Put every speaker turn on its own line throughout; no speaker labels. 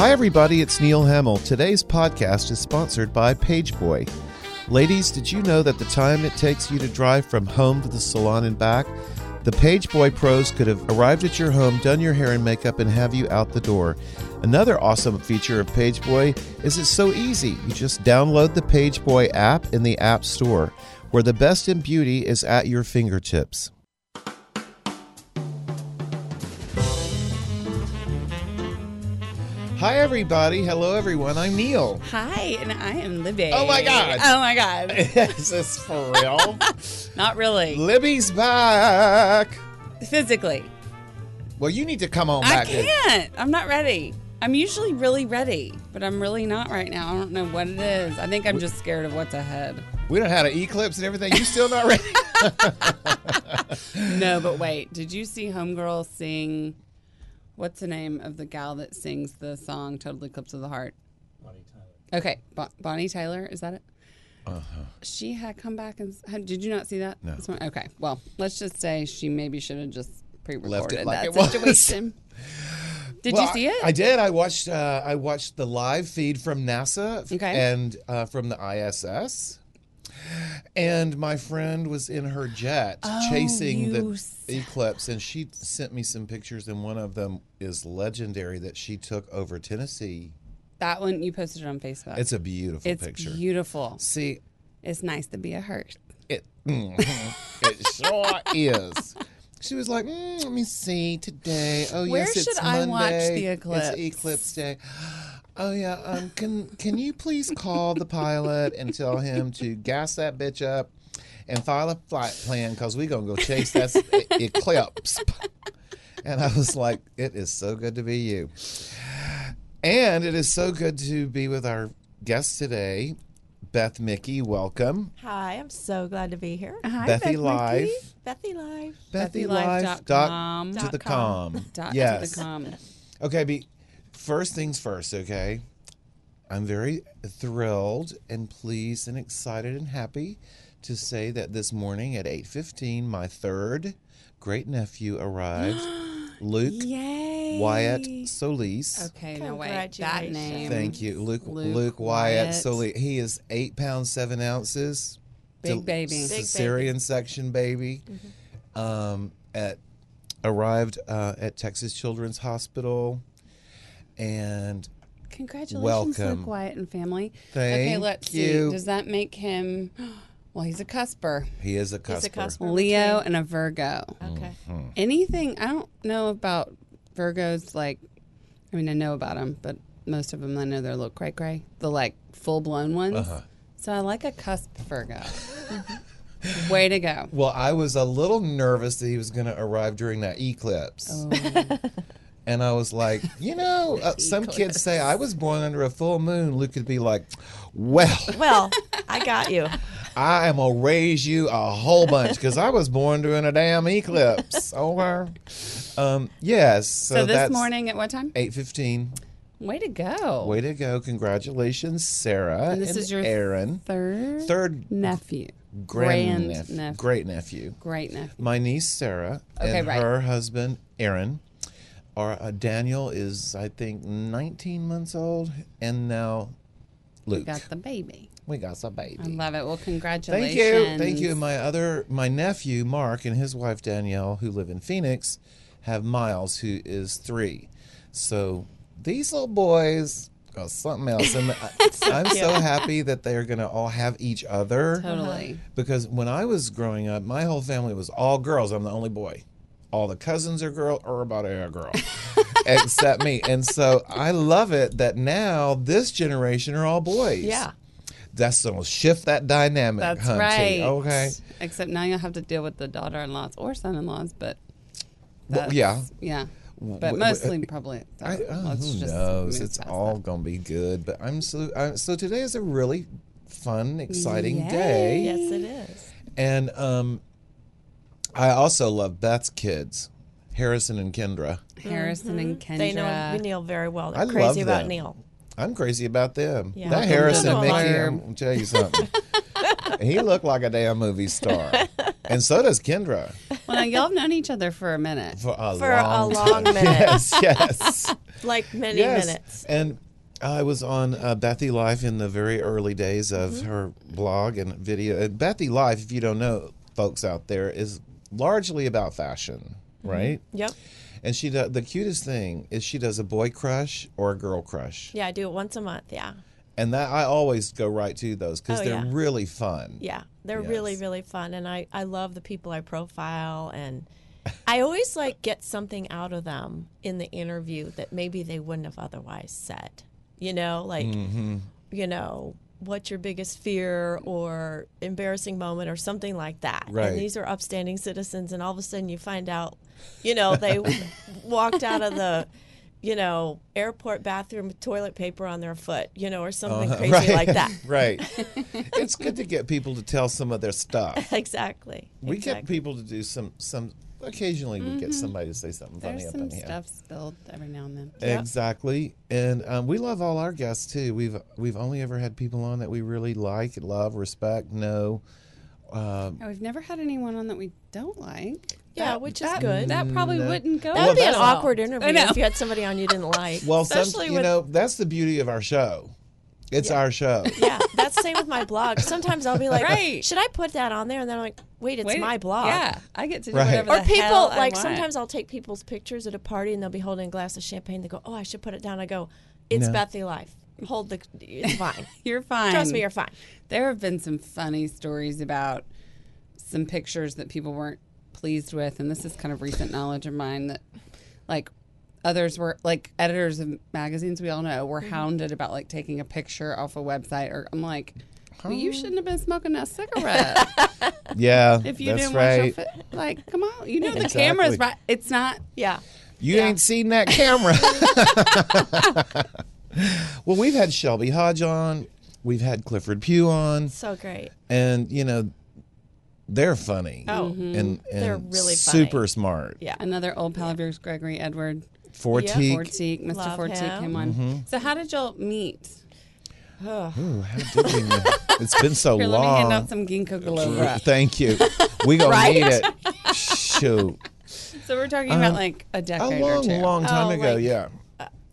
Hi, everybody, it's Neil Hamill. Today's podcast is sponsored by Pageboy. Ladies, did you know that the time it takes you to drive from home to the salon and back? The Pageboy Pros could have arrived at your home, done your hair and makeup, and have you out the door. Another awesome feature of Pageboy is it's so easy. You just download the Pageboy app in the App Store, where the best in beauty is at your fingertips. Hi, everybody. Hello, everyone. I'm Neil.
Hi, and I am Libby.
Oh, my God.
Oh my god!
is this for real?
Not really.
Libby's back.
Physically,
Well, you need to come on
I
back. and-
can't. I'm not ready. I'm usually really ready, but I'm really not right now. I don't know what it is. I think I'm just scared of what's ahead.
We don't have an eclipse and everything. You still not ready?
No, but wait. Did you see Homegirl sing? What's the name of the gal that sings the song "Total Eclipse of the Heart"? Bonnie Tyler. Okay, Bo- Bonnie Tyler. Is that it?
Uh-huh.
She had come back and s- had- did you not see that? No. Okay. Well, let's just say she maybe should have just pre-recorded
like
that
it was.
situation. Did
Well,
you see it?
I, I did. I watched. Uh, I watched the live feed from NASA f-
Okay.
and uh, from the ISS. And my friend was in her jet chasing
Oh, you
the
said
eclipse, and she sent me some pictures, and one of them is legendary that she took over Tennessee.
that one you posted it on Facebook.
It's a beautiful
It's
picture.
beautiful.
See,
It's nice to be a hearse.
It, mhm. it sure is. She was like, mm, "Let me see today. Oh
Where
yes, it's
should
Monday.
I watch the eclipse?"
It's eclipse day. Oh yeah. Um, can can you please call the pilot and tell him to gas that bitch up and file a flight plan because we gonna go chase that s- e- eclipse." And I was like, "It is so good to be you." And it is so good to be with our guest today, Beth Mickey. Welcome.
Hi, I'm so glad to be here.
Hi,
Bethy
Beth
Live.
Mickey.
Bethy Live.
Bethylive.com
BethyLive.com.
to the
Dot com.
com.
Dot
yes.
to the com.
Okay, be, first things first, okay? I'm very thrilled and pleased and excited and happy to say that this morning at 8:15 my third great nephew arrived, Luke
Yay.
Wyatt Solis.
Okay, no wait. That
Congratulations.
name.
Thank you, Luke. Luke,
Luke
Wyatt,
Wyatt.
Solis. He is eight pounds seven ounces.
Big
Del-
baby. Mm-hmm. Big
baby.
Cesarean section baby. Um, at arrived uh, at Texas Children's Hospital, and
Congratulations,
Welcome.
Luke Wyatt and family. okay,
Thank
let's
you.
see. Does that make him? Well, he's a cusper,
he is a cusper.
It's a
Oh,
cusper.
Leo and a Virgo.
Okay.
Mm-hmm. Hmm.
Anything I don't know about Virgos, like, I mean, I know about them, but most of them I know they're a little cray cray, the like full blown ones.
Uh-huh.
So I like a cusp Virgo. Way to go.
Well, I was a little nervous that he was going to arrive during that eclipse.
Oh.
And I was like, you know, uh, some kids say I was born under a full moon. Luke could be like, well,
Well, I got you.
I am gonna raise you a whole bunch because I was born during a damn eclipse. Over. Um, yes. So,
So, this
that's
morning at what time?
eight fifteen.
Way to go.
Way to go! Congratulations, Sarah.
And this is your
Aaron,
Third,
third
nephew.
grand, nep-
nephew.
great nephew.
Great nephew.
My niece Sarah
Okay,
and
right.
her husband Aaron. Our uh, Daniel is, I think, 19 months old, and now Luke.
Got the baby.
We got some baby.
I love it. Well,
Thank
congratulations.
you. Thank you. My other, my nephew, Mark, and his wife, Danielle, who live in Phoenix, have Miles, who is three. So these little boys are something else. And I- I'm so happy that they're going to all have each other.
Totally.
Because when I was growing up, my whole family was all girls. I'm the only boy. All the cousins are girl, or about a girl, except me. And so I love it that now this generation are all boys.
Yeah.
That's gonna shift that dynamic,
That's
hunty.
right.
Okay.
Except now you'll have to deal with the daughter-in-laws or son-in-laws, but
Well,
that's-
yeah.
yeah. But
w- uh,
mostly probably.
I, oh,
let's
who
just
knows?
move
It's
past
all gonna be good. But I'm so I, so today is a really fun, exciting day.
Yes, it is.
And um, I also love Beth's kids, Harrison and Kendra.
that. Harrison and uh, Kendra.
Mm-hmm. They know Neil very well. They're
I
crazy
love
about
them.
Neil.
I'm crazy about them.
Yeah.
That
Welcome
Harrison
to
Mickey,
the
I'm
farm.
gonna tell you something. he looked like a damn movie star, and so does Kendra
well, now, y'all have known each other for a minute.
for a
For a
long
long
time.
minute.
Yes, yes.
like many minutes.
And I was on uh, Bethy Live in the very early days of
Mm-hmm.
her blog and video. And Bethy Live, if you don't know, folks out there, is largely about fashion,
Mm-hmm.
right?
Yep.
And she does, the cutest thing is she does a boy crush or a girl crush,
Yeah, I do it once a month. Yeah.
and that I always go right to those because
Oh,
they're
yeah.
really fun.
Yeah. They're really,
Yes.
really fun. And I, I love the people I profile. And I always like get something out of them in the interview that maybe they wouldn't have otherwise said. You know, like,
Mm-hmm.
you know, what's your biggest fear or embarrassing moment or something like that.
Right.
And these are upstanding citizens. And all of a sudden you find out, you know, they walked out of the. You know, airport bathroom with toilet paper on their foot, you know, or something crazy
Uh-huh. right.
like that.
right. it's good to get people to tell some of their stuff.
Exactly.
We
exactly. Mm-hmm.
get people to do some some. Occasionally, we get somebody to say something funny
There's
up
some
in here.
stuff spilled every now and then.
Yeah.
Exactly, and um, we love all our guests too. We've we've only ever had people on that we really like, love, respect, know. Um,
Oh, we've never had anyone on that we don't like.
Yeah,
That-
which is
that-
good.
That probably
Mm, No.
wouldn't go.
That would be an
well.
awkward
I
interview
know.
if you had somebody on you didn't like.
well, some,
Especially
you
with-
know that's the beauty of our show. It's our show.
yeah, that's the same with my blog. Sometimes I'll be like,
Right.
should I put that on there? And then I'm like, wait, it's
Wait,
my blog.
Yeah, I get to do
Right.
whatever.
Or
the
people
hell I
like
want.
sometimes I'll take people's pictures at a party and they'll be holding a glass of champagne. They go, oh, I should put it down. I go, it's
No.
Bethy Life. Hold the, it's fine.
you're fine.
Trust me, you're fine.
There have been some funny stories about some pictures that people weren't pleased with, and this is kind of recent knowledge of mine that, like, others were like editors of magazines we all know were
Mm-hmm.
hounded about like taking a picture off a website. Or I'm like, well, you shouldn't have been smoking that cigarette
Yeah,
if you
that's
didn't
right.
watch your fi- like, come on, you know the
Exactly.
camera's right. It's not.
Yeah.
You ain't seen that camera. well, we've had Shelby Hodge on. We've had Clifford Pugh on,
So great.
and you know, they're funny.
Oh,
and, and
They're really funny.
super smart.
Yeah.
Another old pal of yours, Gregory Edward
Fortique.
Fortique, Mr.
Love
Fortique
him.
came on.
Mm-hmm.
So how did y'all meet?
Ooh, how did we know? It's been so
Here, let me hand out
long.
some ginkgo biloba.
Thank you. We gonna need it. Shoot,
So we're talking about like
Uh-huh.
a
a
decade or
long,
two.
long time
Oh,
ago.
like-
yeah,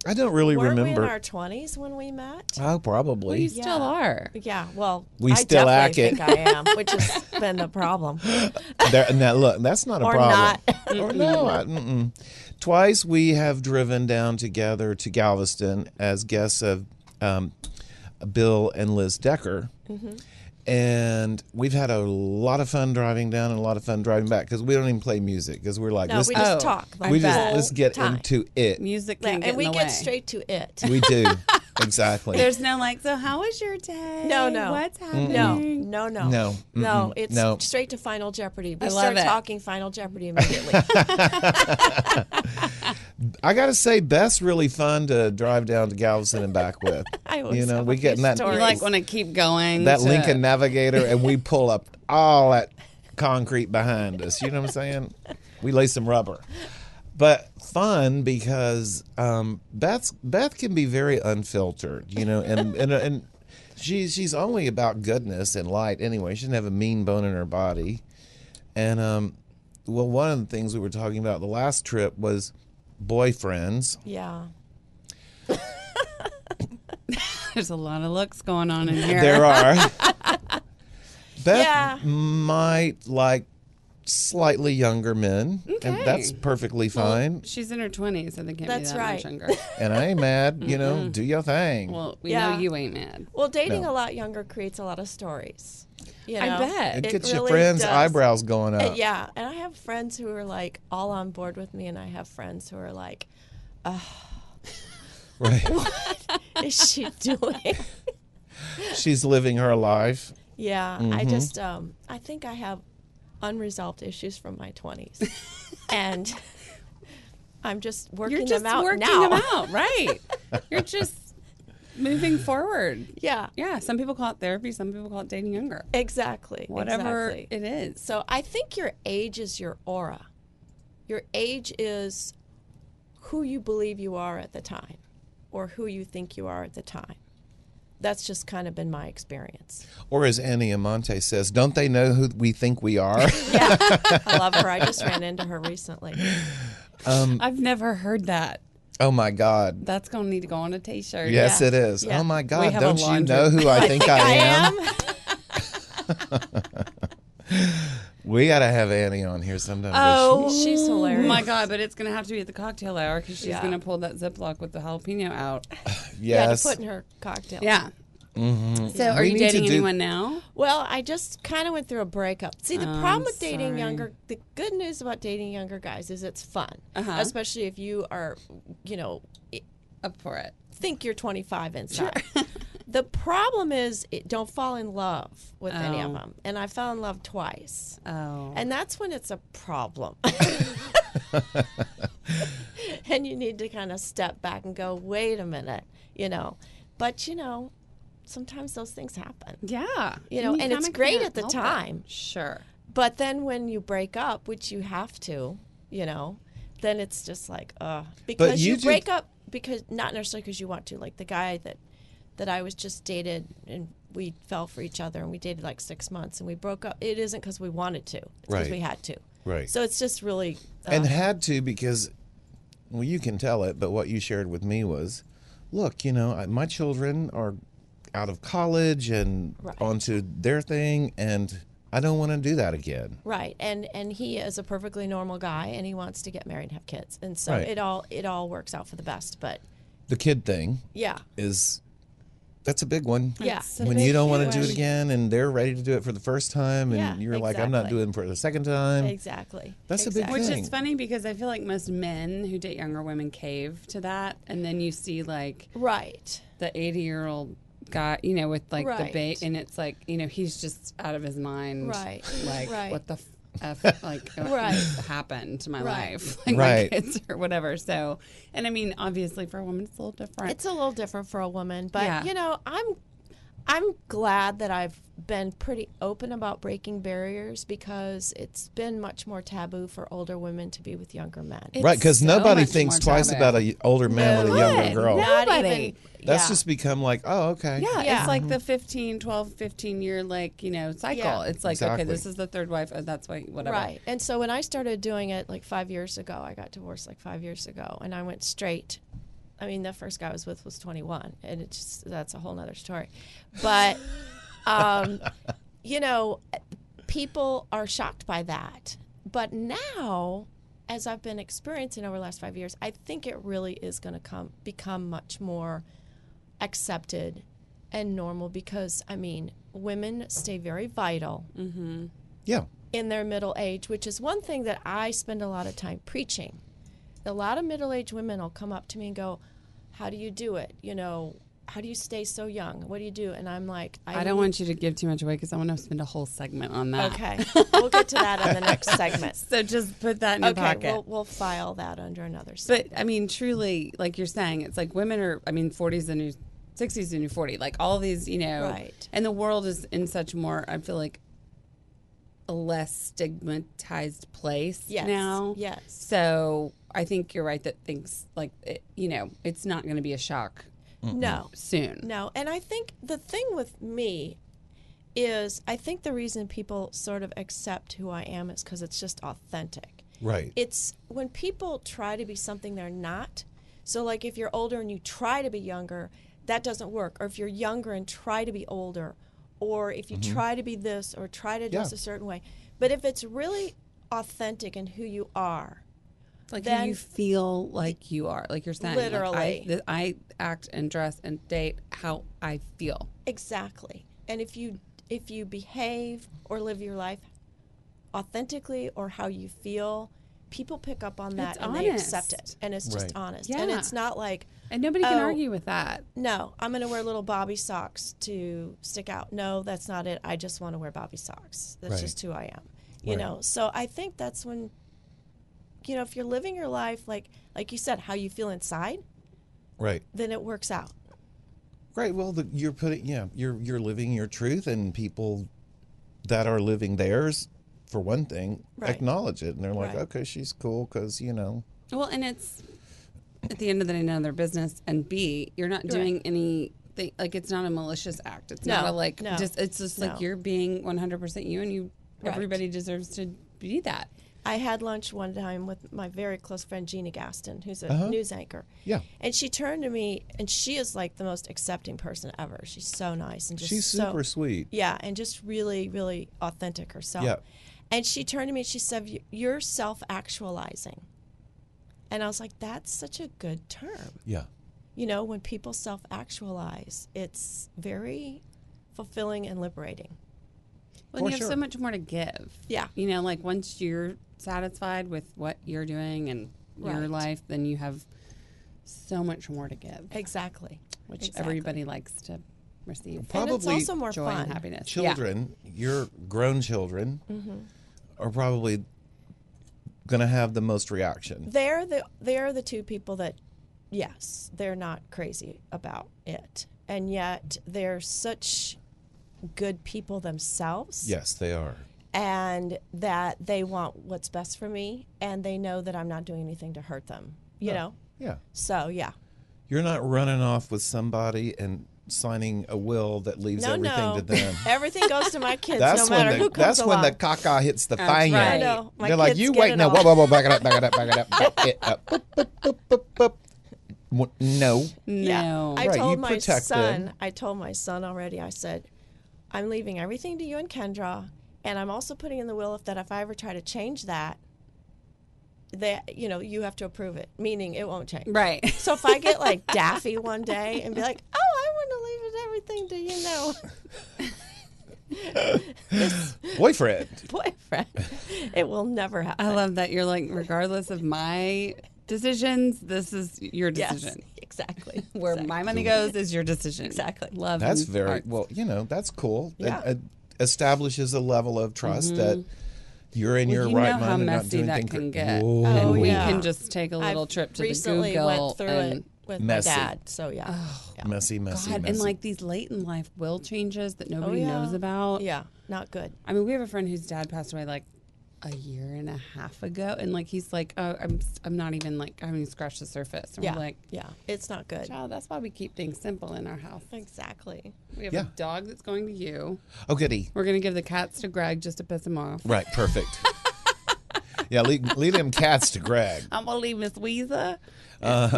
I don't really
Weren't
remember.
we in our 20s when we met?
oh, probably.
Well, you still are.
Yeah, well,
We
I
still
definitely
act it.
think I am, which has been the problem.
There, now look, that's not a
Or
problem. or no, I- mm-mm. Twice we have driven down together to Galveston as guests of um, Bill and Liz Decker,
Mm-hmm.
and we've had a lot of fun driving down and a lot of fun driving back because we don't even play music because we're like,
No,
let's
we
just,
just
Oh,
talk.
I
Like
we
bet.
just
that.
let's get
Time.
into it.
Music
Yeah,
can get
and we
in the
get
way.
straight to it.
We do exactly.
There's no like. So how was your day?
No, no.
What's happening?
No, no, no,
No, mm-mm,
no. It's
no.
straight to Final Jeopardy. We
I love
start
it.
talking Final Jeopardy immediately.
I gotta say, Beth's really fun to drive down to Galveston and back with.
I always
you know,
have
we
a
get
few
in that
You
stories.
like want to keep going.
that
to-
Lincoln Navigator, and we pull up all that concrete behind us. You know what I'm saying? We lay some rubber, but fun because um, Beth Beth can be very unfiltered. You know, and and and she's she's only about goodness and light anyway. She doesn't have a mean bone in her body, and um, well, one of the things we were talking about the last trip was boyfriends.
yeah,
There's a lot of looks going on in here.
There are. Beth
Yeah.
might like slightly younger men, and that's
Okay.
perfectly fine.
She's in her 20s, so they can't
That's
be that much
right.
younger.
and I ain't mad, you know. Do your thing.
Well, we know
Yeah.
you ain't mad.
well, dating
No.
a lot younger creates a lot of stories. You
I
know?
bet.
it,
it
gets your
really
friends'
does.
eyebrows going up.
And yeah, and I have friends who are like all on board with me, and I have friends who are like,
Right.
"Is she doing?"
She's living her life.
Yeah, I
Mm-hmm.
just um I think I have unresolved issues from my 20s. and I'm just working
You're just
them out
working
now.
them out, right? You're just moving forward.
Yeah.
Yeah. Some people call it therapy. Some people call it dating younger.
Exactly.
Whatever
exactly.
it is.
So I think your age is your aura. Your age is who you believe you are at the time or who you think you are at the time. That's just kind of been my experience.
Or as Annie Amante says, don't they know who we think we are?
Yeah. I love her. I just ran into her recently.
Mm.
I've never heard that.
Oh my God.
That's gonna need to go on a T-shirt.
Yes,
Yeah.
it is.
Yeah.
Oh my
We
God.
have a
Don't you
laundry-
know who I think I, am? We got to have Annie on here sometime. this-
Oh, she's
Oh
hilarious.
my god! But it's gonna have to be at the cocktail hour because she's
Yeah.
gonna pull that Ziploc with the jalapeno out.
Yeah,
yes.
to put in her cocktail.
Yeah. So, are
Mm-hmm. We
you
need to
dating
do-
anyone now?
Well, I just kind of went through a breakup. See, the
Oh, I'm
problem with dating
sorry.
younger, the good news about dating younger guys is it's fun,
Uh-huh.
especially if you are, you know, i-
Up for it?
think you're 25 inside. the problem is it, don't fall in love with any of
Oh.
them. And I fell in love twice.
Oh.
And that's when it's a problem. and you need to kind of step back and go, wait a minute, you know. But, you know, sometimes those things happen.
yeah.
You know, and it's
kinda
great
can't
at the
help it.
time.
Sure.
But then when you break up, which you have to, you know, then it's just like, uh, because
you
you,
did-
break up because not necessarily because you want to. Like the guy that that I was just dated and we fell for each other and we dated like six months and we broke up. It isn't because we wanted to. It's because
Right.
we had to.
Right.
So it's just really uh,
Oh.
and had to because well you can tell it but what you shared with me was look you know I, my children are out of college and onto their thing and i don't want to do that again
right. And and he is a perfectly normal guy and he wants to get married and have kids. And so
Right.
it all it all works out for the best. But
the kid thing
yeah,
is that's a big one
yeah.
It's
when you don't want to do it
huge.
again and they're ready to do it for the first time and
Yeah,
you're like i'm not
exactly.
doing it for the second time
Exactly.
That's a big
exactly.
Which
thing.
is funny because I feel like most men who date younger women cave to that, and then you see like
Right.
the eighty-year-old guy, you know, with like the
Right.
bait, and it's like you know he's just out of his mind,
Right.
Like
Right.
what the f like
Right.
right. happened to my
Right.
life, like
Right.
my kids or whatever. So, and I mean, obviously for a woman it's a little different.
It's a little different for a woman, but
Yeah.
you know, I'm I'm glad that I've been pretty open about breaking barriers because it's been much more taboo for older women to be with younger men.
It's
right because
so
nobody
much
thinks
more
twice
taboo.
about an older man with a younger
Good.
girl
No.
Not
Nobody.
even-
that's
yeah.
just become like oh okay
Yeah,
Yeah.
it's like the 15, 12, 15 year like, you know, cycle.
Yeah.
It's like,
Exactly.
okay, this is the third wife. Oh, that's why, whatever.
Right. And so when I started doing it like five years ago, I got divorced like five years ago, and I went straight. I mean, the first guy I was with was 21, and it's just, that's a whole nother story. But, um, you know, people are shocked by that. But now, as I've been experiencing over the last five years, I think it really is going to come become much more accepted and normal because, I mean, women stay very vital
yeah
in their middle age, which is one thing that I spend a lot of time preaching. A lot of middle aged women will come up to me and go, How do you do it? You know, how do you stay so young? What do you do? And I'm like,
I don't want you to give too much away because I want to spend a whole segment on that.
Okay. we'll get to that on the next segment.
So just put that in your
Okay.
pocket.
We'll, we'll file that under another segment.
but I mean, truly, like you're saying, it's like women are, I mean, 40 is the new 60 is the new 40. Like all these, you know,
Right.
and the world is in such more, I feel like, a less stigmatized place
Yes.
now.
Yes.
So I think you're right that things like, it, you know, it's not going to be a shock
No.
soon.
No, and I think the thing with me is I think the reason people sort of accept who I am is because it's just authentic.
right
It's when people try to be something they're not. So, like if you're older and you try to be younger, that doesn't work. Or if you're younger and try to be older, or if you try to be this or try to dress
Mm-hmm. Yeah.
a certain way. But if it's really authentic in who you are,
like how
then-
you feel like you are like you're saying like,
Literally.
I, th- I act and dress and date how i feel
Exactly. And if you if you behave or live your life authentically or how you feel, people pick up on that
It's
and they accept it.
honest.
And it's just
Right.
honest. And
Yeah.
it's not like,
and nobody can
Oh.
argue with that
no, I'm going to wear little bobby socks to stick out. No, that's not it. I just want to wear bobby socks. That's
Right.
just who I am. You
Right.
know. So I think that's when you know, if you're living your life like like you said how you feel inside,
right
then it works out.
Right. Well, the, you're putting yeah, you're you're living your truth, and people that are living theirs, for one thing,
Right.
acknowledge it, and they're like,
Right.
okay, she's cool because you know,
well and it's at the end of the day none of their business and b you're not doing anything like it's not a malicious act it's not
No,
a like
no,
just it's just
no.
like you're being 100% you and you
Right.
everybody deserves to be that
I had lunch one time with my very close friend Gina Gaston, who's a
Uh-huh.
news anchor.
Yeah.
And she turned to me, and she is like the most accepting person ever. She's so nice and just
She's
so-
super sweet.
yeah, and just really, really authentic herself.
Yeah.
And she turned to me and she said, "You- "You're self-actualizing," and I was like, "That's such a good term."
Yeah.
You know, when people self-actualize, it's very fulfilling and liberating.
Well,
For
you have
sure.
so much more to give.
Yeah.
You know, like once you're satisfied with what you're doing and your
Right.
life, then you have so much more to give,
Exactly.
which
exactly.
everybody likes to receive.
Prob-
and it's
Probably
also more
joy
fun.
and happiness. Yeah.
Children, your grown children,
Mm-hmm.
are probably going to have the most reaction.
They're the they're the two people that, yes, they're not crazy about it, and yet they're such good people themselves.
Yes, they are.
and that they want what's best for me and they know that I'm not doing anything to hurt them, you know?
Yeah.
So, yeah.
You're not running off with somebody and signing a will that leaves
No,
everything
no.
to them.
Everything goes to my kids
That's
no
when
matter
the
who comes
that's
along.
when the caca hits the
That's
fan.
right.
I know. My
They're like,
kids
you
get
wait
it
now,
all.
whoa, whoa, whoa, back it up, back it up, back it up, back it up. Boop, boop, boop, boop, boop. Mo- No.
Yeah.
No.
I
Right, you
told my
protect
son,
them.
I told my son already, I said, I'm leaving everything to you and Kendra. And I'm also putting in the will if that if I ever try to change that, that, you know, you have to approve it, meaning it won't change.
right.
So if I get like daffy one day and be like, "Oh, I want to leave it everything to you know
Boyfriend.
boyfriend," it will never happen.
I love that you're like, regardless of my decisions, this is your decision.
Yes, exactly.
Where
exactly.
my money goes is your decision.
Exactly.
Love.
That's
and
very
heart.
well, you know, that's cool. It-
Yeah.
it establishes a level of trust that
Mm-hmm.
you're in
Well,
your
you
right
know
mind
how
and not
messy
doing
that
things
can
that-
get.
Whoa.
Oh,
and we
yeah.
can just take a little
I've
trip to
recently
the Google
went through
and Oh.
it with
Messy.
my dad. So yeah, yeah.
Messy, messy,
God,
messy.
and like these late in life will changes that nobody
yeah.
knows about.
yeah, not good.
I mean, we have a friend whose dad passed away like a year and a half ago, and like he's like, oh, I'm I'm not even like I haven't even scratched the surface, and
Yeah,
we're like,
yeah, it's not good.
child, that's why we keep things simple in our house.
Exactly.
We have
Yeah.
a dog that's going to you.
oh, goody.
We're gonna give the cats to Greg just to piss him off.
Right, perfect. yeah, lead, lead them cats to Greg.
I'm gonna leave Miss Weezer.
But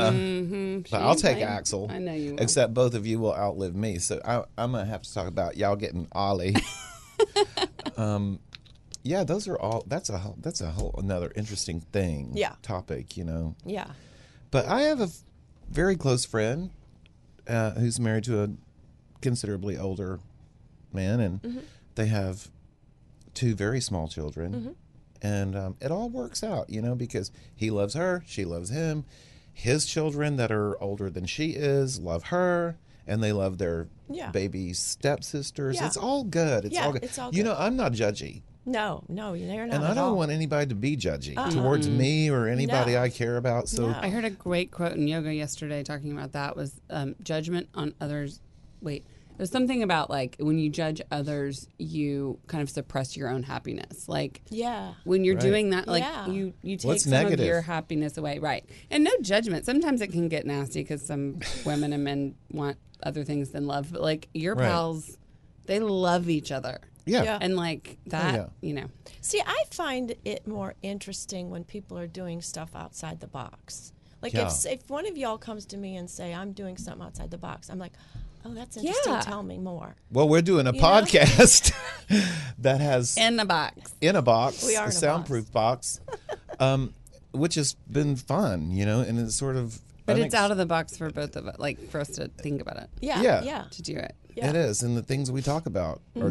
I'll take
I-
Axel.
I know you will.
Except both of you will outlive me, so I, I'm gonna have to talk about y'all getting Ollie. um, yeah, those are all. That's a whole- that's a whole another interesting thing.
Yeah.
Topic, you know.
Yeah.
But I have a f- very close friend uh, who's married to a considerably older man, and
Mm-hmm.
they have two very small children.
Mm-hmm.
And um, it all works out, you know, because he loves her, she loves him. His children that are older than she is love her, and they love their
Yeah.
baby stepsisters.
Yeah.
It's all good. It's
Yeah,
all good.
it's all
You
good.
know, I'm not judgy.
No, no, you're not.
And I
at
don't
all. Uh-huh.
want anybody to be judgy towards me or anybody
No.
I care about. So
No.
I heard a great quote in yoga yesterday talking about that was um, judgment on others. Wait, it was something about like when you judge others, you kind of suppress your own happiness. Like
Yeah.
when you're
Right.
doing that, like
Yeah.
you you take
What's
some
negative?
of your happiness away, right? And no judgment. Sometimes it can get nasty because some women and men want other things than love. But like your
Right.
pals, they love each other,
yeah.
Yeah.
and like that,
yeah.
you know.
See, I find it more interesting when people are doing stuff outside the box. Like
Yeah.
if if one of y'all comes to me and say I'm doing something outside the box, I'm like, oh, that's interesting.
Yeah.
Tell me more.
Well, we're doing a podcast that has
In the box,
in a box,
We
a
are in a
soundproof box, um, which has been fun, you know, and it's sort of.
but it's out of the box for both of us, like for us to think about it,
Yeah.
Yeah.
Yeah.
to do it.
It is, and the things we talk about are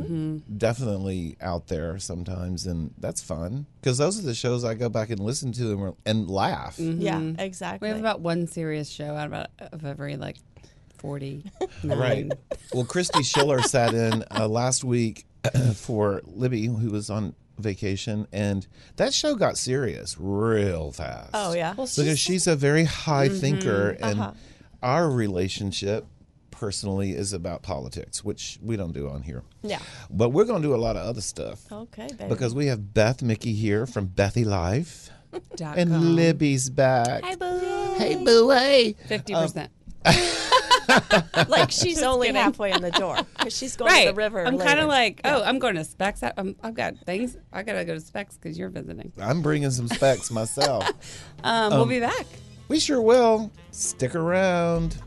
definitely out there sometimes, and that's fun because those are the shows I go back and listen to and, and laugh.
Yeah,
Mm-hmm. We
exactly.
have about one serious show out about of every like forty.
Right. well, Christy Schiller sat in uh, last week for Libby, who was on vacation, and that show got serious real fast.
oh yeah. Mm-hmm. Uh-huh.
because she's a very high thinker and our relationship personally is about politics which we don't do on here
yeah.
but we're going to do a lot of other stuff
Okay, baby.
because we have beth mickey here from bethy life
Dot
Oh
and
com.
libby's back
boo.
hey boo hey
Oh,
Fifty percent.
like she's only halfway in the door because she's going
right.
to the river.
I'm kind
later.
of like, oh, I'm going to Specs. I, I'm, I've got things. I gotta go to Specs because you're visiting.
I'm bringing some specs myself.
Um, we'll be back.
we sure will. Stick around.